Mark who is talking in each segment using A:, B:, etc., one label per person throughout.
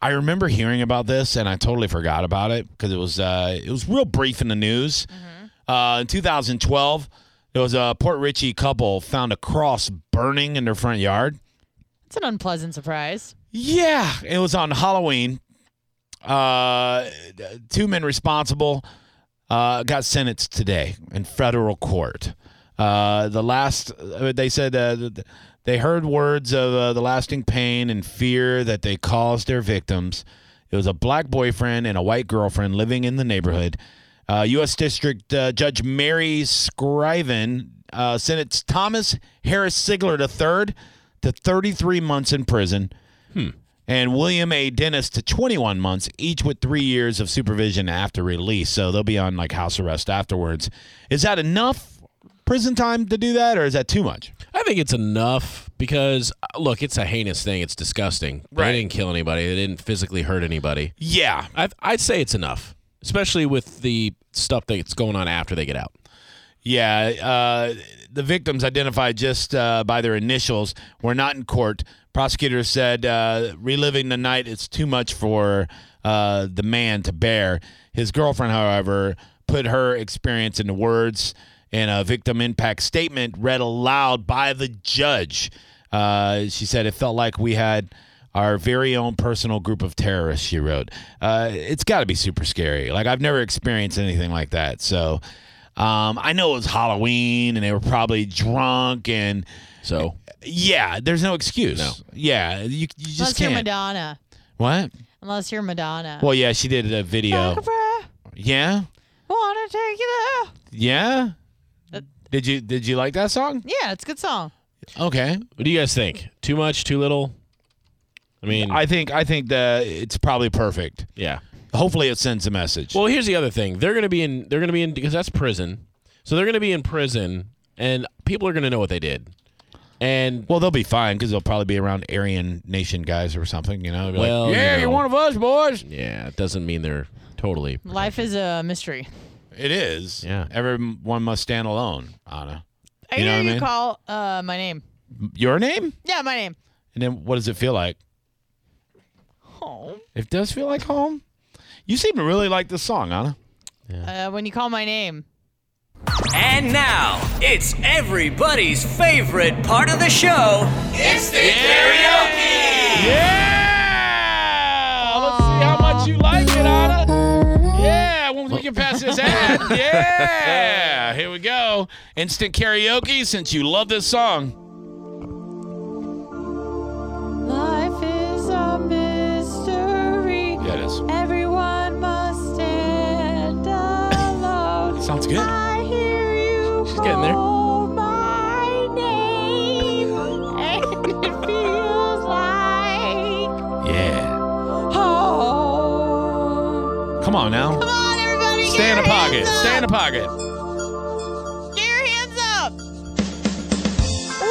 A: I remember hearing about this and I totally forgot about it because it was uh, it was real brief in the news. Uh, in 2012, there was a Port Richey couple found a cross burning in their front yard.
B: It's an unpleasant surprise.
A: Yeah, it was on Halloween. Uh, two men responsible uh, got sentenced today in federal court. Uh, the last, uh, they said uh, th- th- they heard words of uh, the lasting pain and fear that they caused their victims. It was a black boyfriend and a white girlfriend living in the neighborhood. Uh, U.S. District uh, Judge Mary Scriven uh, sentenced Thomas Harris Sigler III to 33 months in prison and William A. Dennis to 21 months, each with three years of supervision after release. So they'll be on like house arrest afterwards. Is that enough prison time to do that, or is that too much?
C: I think it's enough because uh, look, it's a heinous thing. It's disgusting.
A: Right.
C: They didn't kill anybody. They didn't physically hurt anybody.
A: Yeah.
C: I I'd say it's enough, especially with the stuff that's going on after they get out.
A: Yeah. Uh, the victims identified just uh, by their initials were not in court. Prosecutors said uh, reliving the night is too much for uh, the man to bear. His girlfriend, however, put her experience into words in a victim impact statement read aloud by the judge. Uh, she said, It felt like we had our very own personal group of terrorists, she wrote. Uh, it's got to be super scary. Like, I've never experienced anything like that. So um, I know it was Halloween and they were probably drunk and.
C: So
A: Yeah, there's no excuse.
C: No.
A: Yeah, you, you just
B: Unless
A: can't.
B: you're Madonna.
A: What?
B: Unless you're Madonna.
A: Well, yeah, she did a video.
B: Barbara,
A: Yeah,
B: wanna take you
A: yeah.
B: Uh,
A: Did you did you like that song?
B: there. Yeah, it's a good song.
A: Okay,
C: what do you guys think? Too much? Too little? I mean,
A: I think I think that it's probably perfect.
C: yeah.
A: Hopefully, it sends a message.
C: Well, here's the other thing. They're gonna be in. They're gonna be in because that's prison. So they're gonna be in prison, and people are gonna know what they did. And
A: Well, they'll be fine because they'll probably be around Aryan Nation guys or something. You know, They'll be like,
C: Well,
A: yeah,
C: no.
A: you're one of us, boys.
C: yeah, it doesn't mean they're totally.
B: Life is a mystery.
A: It is.
C: Yeah.
A: everyone must stand alone. Anna,
B: I
A: You know
B: hear
A: what I
B: you
A: mean?
B: call uh, my name.
A: your name,
B: Yeah, my name.
A: and then what does it feel like?
B: Oh.
A: It does feel like home. You seem to really like this song, Anna.
B: Uh, when you call my name.
D: And now, it's everybody's favorite part of the show.
A: Yeah! Let's see how much you like it, Anna. Yeah, once we get past this ad. Yeah! Here we go. Instant karaoke since you love this song.
B: Life is a mystery.
A: Yeah, it is.
B: Everyone must stand alone.
A: Sounds good.
B: I hear you She's
C: getting there.
B: my name, and it feels like
A: Yeah.
B: home.
A: Come on now.
B: Come on, everybody,
A: Stay in
B: get
A: the
B: your
A: pocket.
B: hands up.
A: Stay in the pocket.
B: Get your hands up.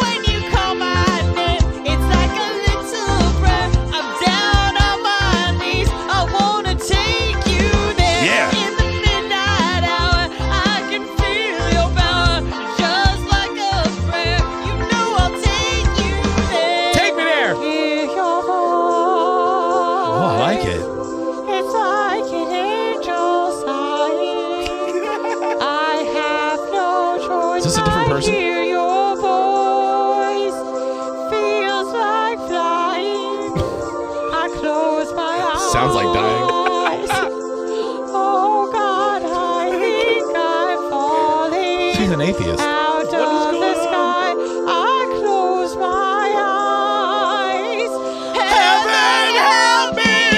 B: When you call my name, it's like a little prayer. I'm down on my knees. I wanna take you there.
A: Yeah.
B: In the midnight hour, I can feel your power, just like a prayer. You know I'll take you there.
A: Take me there.
B: Hear your voice.
A: Oh, I like it.
B: It's like an angel sighing. I have no choice.
C: Is this a different
B: I
C: person?
B: hear your voice. Feels like flying. I close my eyes.
C: Sounds like dying.
B: oh God, I think I'm falling.
A: She's an atheist.
B: Out of the sky, I close my eyes. Heaven help me!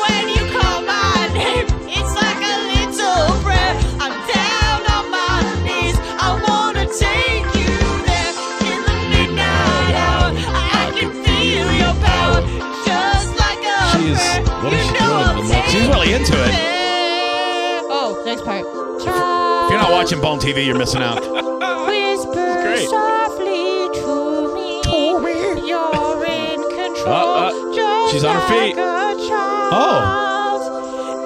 B: When you call my name, it's like a little prayer. I'm down on my knees. I wanna take you there in the midnight hour. I can feel your power, just like a
C: She is-
B: prayer.
C: what is
B: You
C: she
B: know
C: doing?
B: I'll
C: I'm like,
B: take
A: she's really into
B: you
A: it.
B: there. Oh, next part.
A: If you're not watching Bone TV, you're missing out.
B: Whisper
C: great.
B: softly to me. You're in control.
C: Uh,
B: just
C: she's on her
B: like
C: feet. Oh.
B: a child.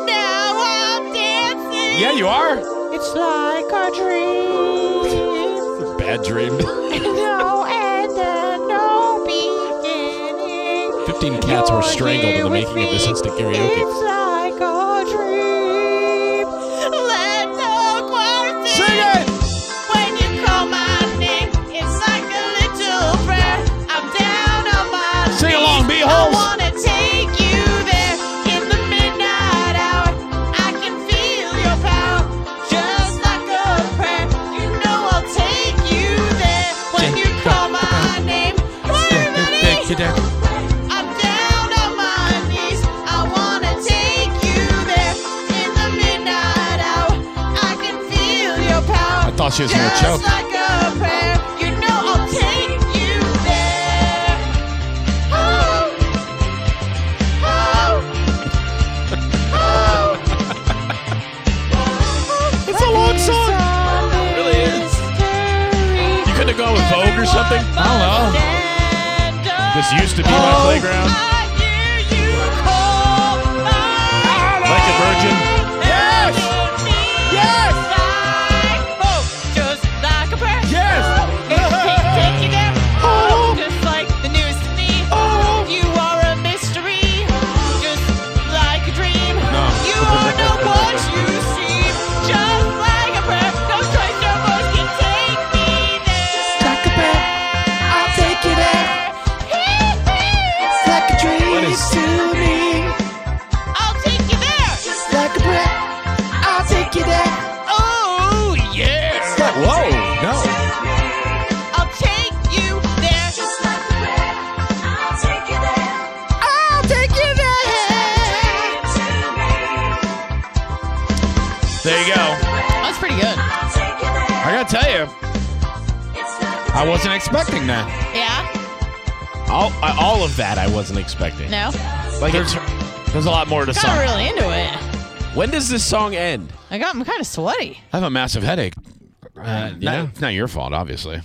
B: Now I'm dancing.
A: Yeah, you are.
B: It's like a dream.
A: Bad dream.
B: no end and no beginning.
C: 50 15 cats were
B: You're
C: strangled in
B: here
C: the
B: with
C: making of this
B: me.
C: instant karaoke.
B: It's like a dream. Let the choir sing. When you call my name, it's like a little prayer. I'm down on my
A: Sing
B: knees.
A: along,
B: I
A: B-holes.
B: wanna take you there in the midnight hour. I can feel your power, just like a prayer. You know I'll take you there when you call my name. Harmony. I'm down on my knees. I wanna take you there in the midnight hour. I can feel your power.
A: I thought she was gonna
B: Just
A: choke.
B: like a prayer, you know I'll take you there. Oh, oh, oh.
A: It's a long song.
B: It
C: really is. You couldn't have gone with Vogue or something?
A: I don't know.
C: This used to be
A: Oh.
C: my playground. Like a virgin.
A: Yes. Yes. Yes. Oh. Oh. No.
B: Like a prayer, I'll take you there.
E: like a dream
C: What is-
E: to me.
B: I'll take you there.
E: It's like a breath. I'll take you there.
B: Oh, yes.
A: Whoa.
B: I'll take you there. I'll take you there.
A: No. There you go.
B: That's pretty good.
A: I gotta tell you, I wasn't expecting that.
B: Yeah?
C: All, I- all of that I wasn't expecting.
B: No?
C: Like,
A: There's, there's a lot more to the
B: Got
A: song.
B: really into it.
C: when does this song end?
B: I got, I'm kind of sweaty.
A: I have a massive headache. Uh,
C: yeah.
A: not, it's not your fault, obviously.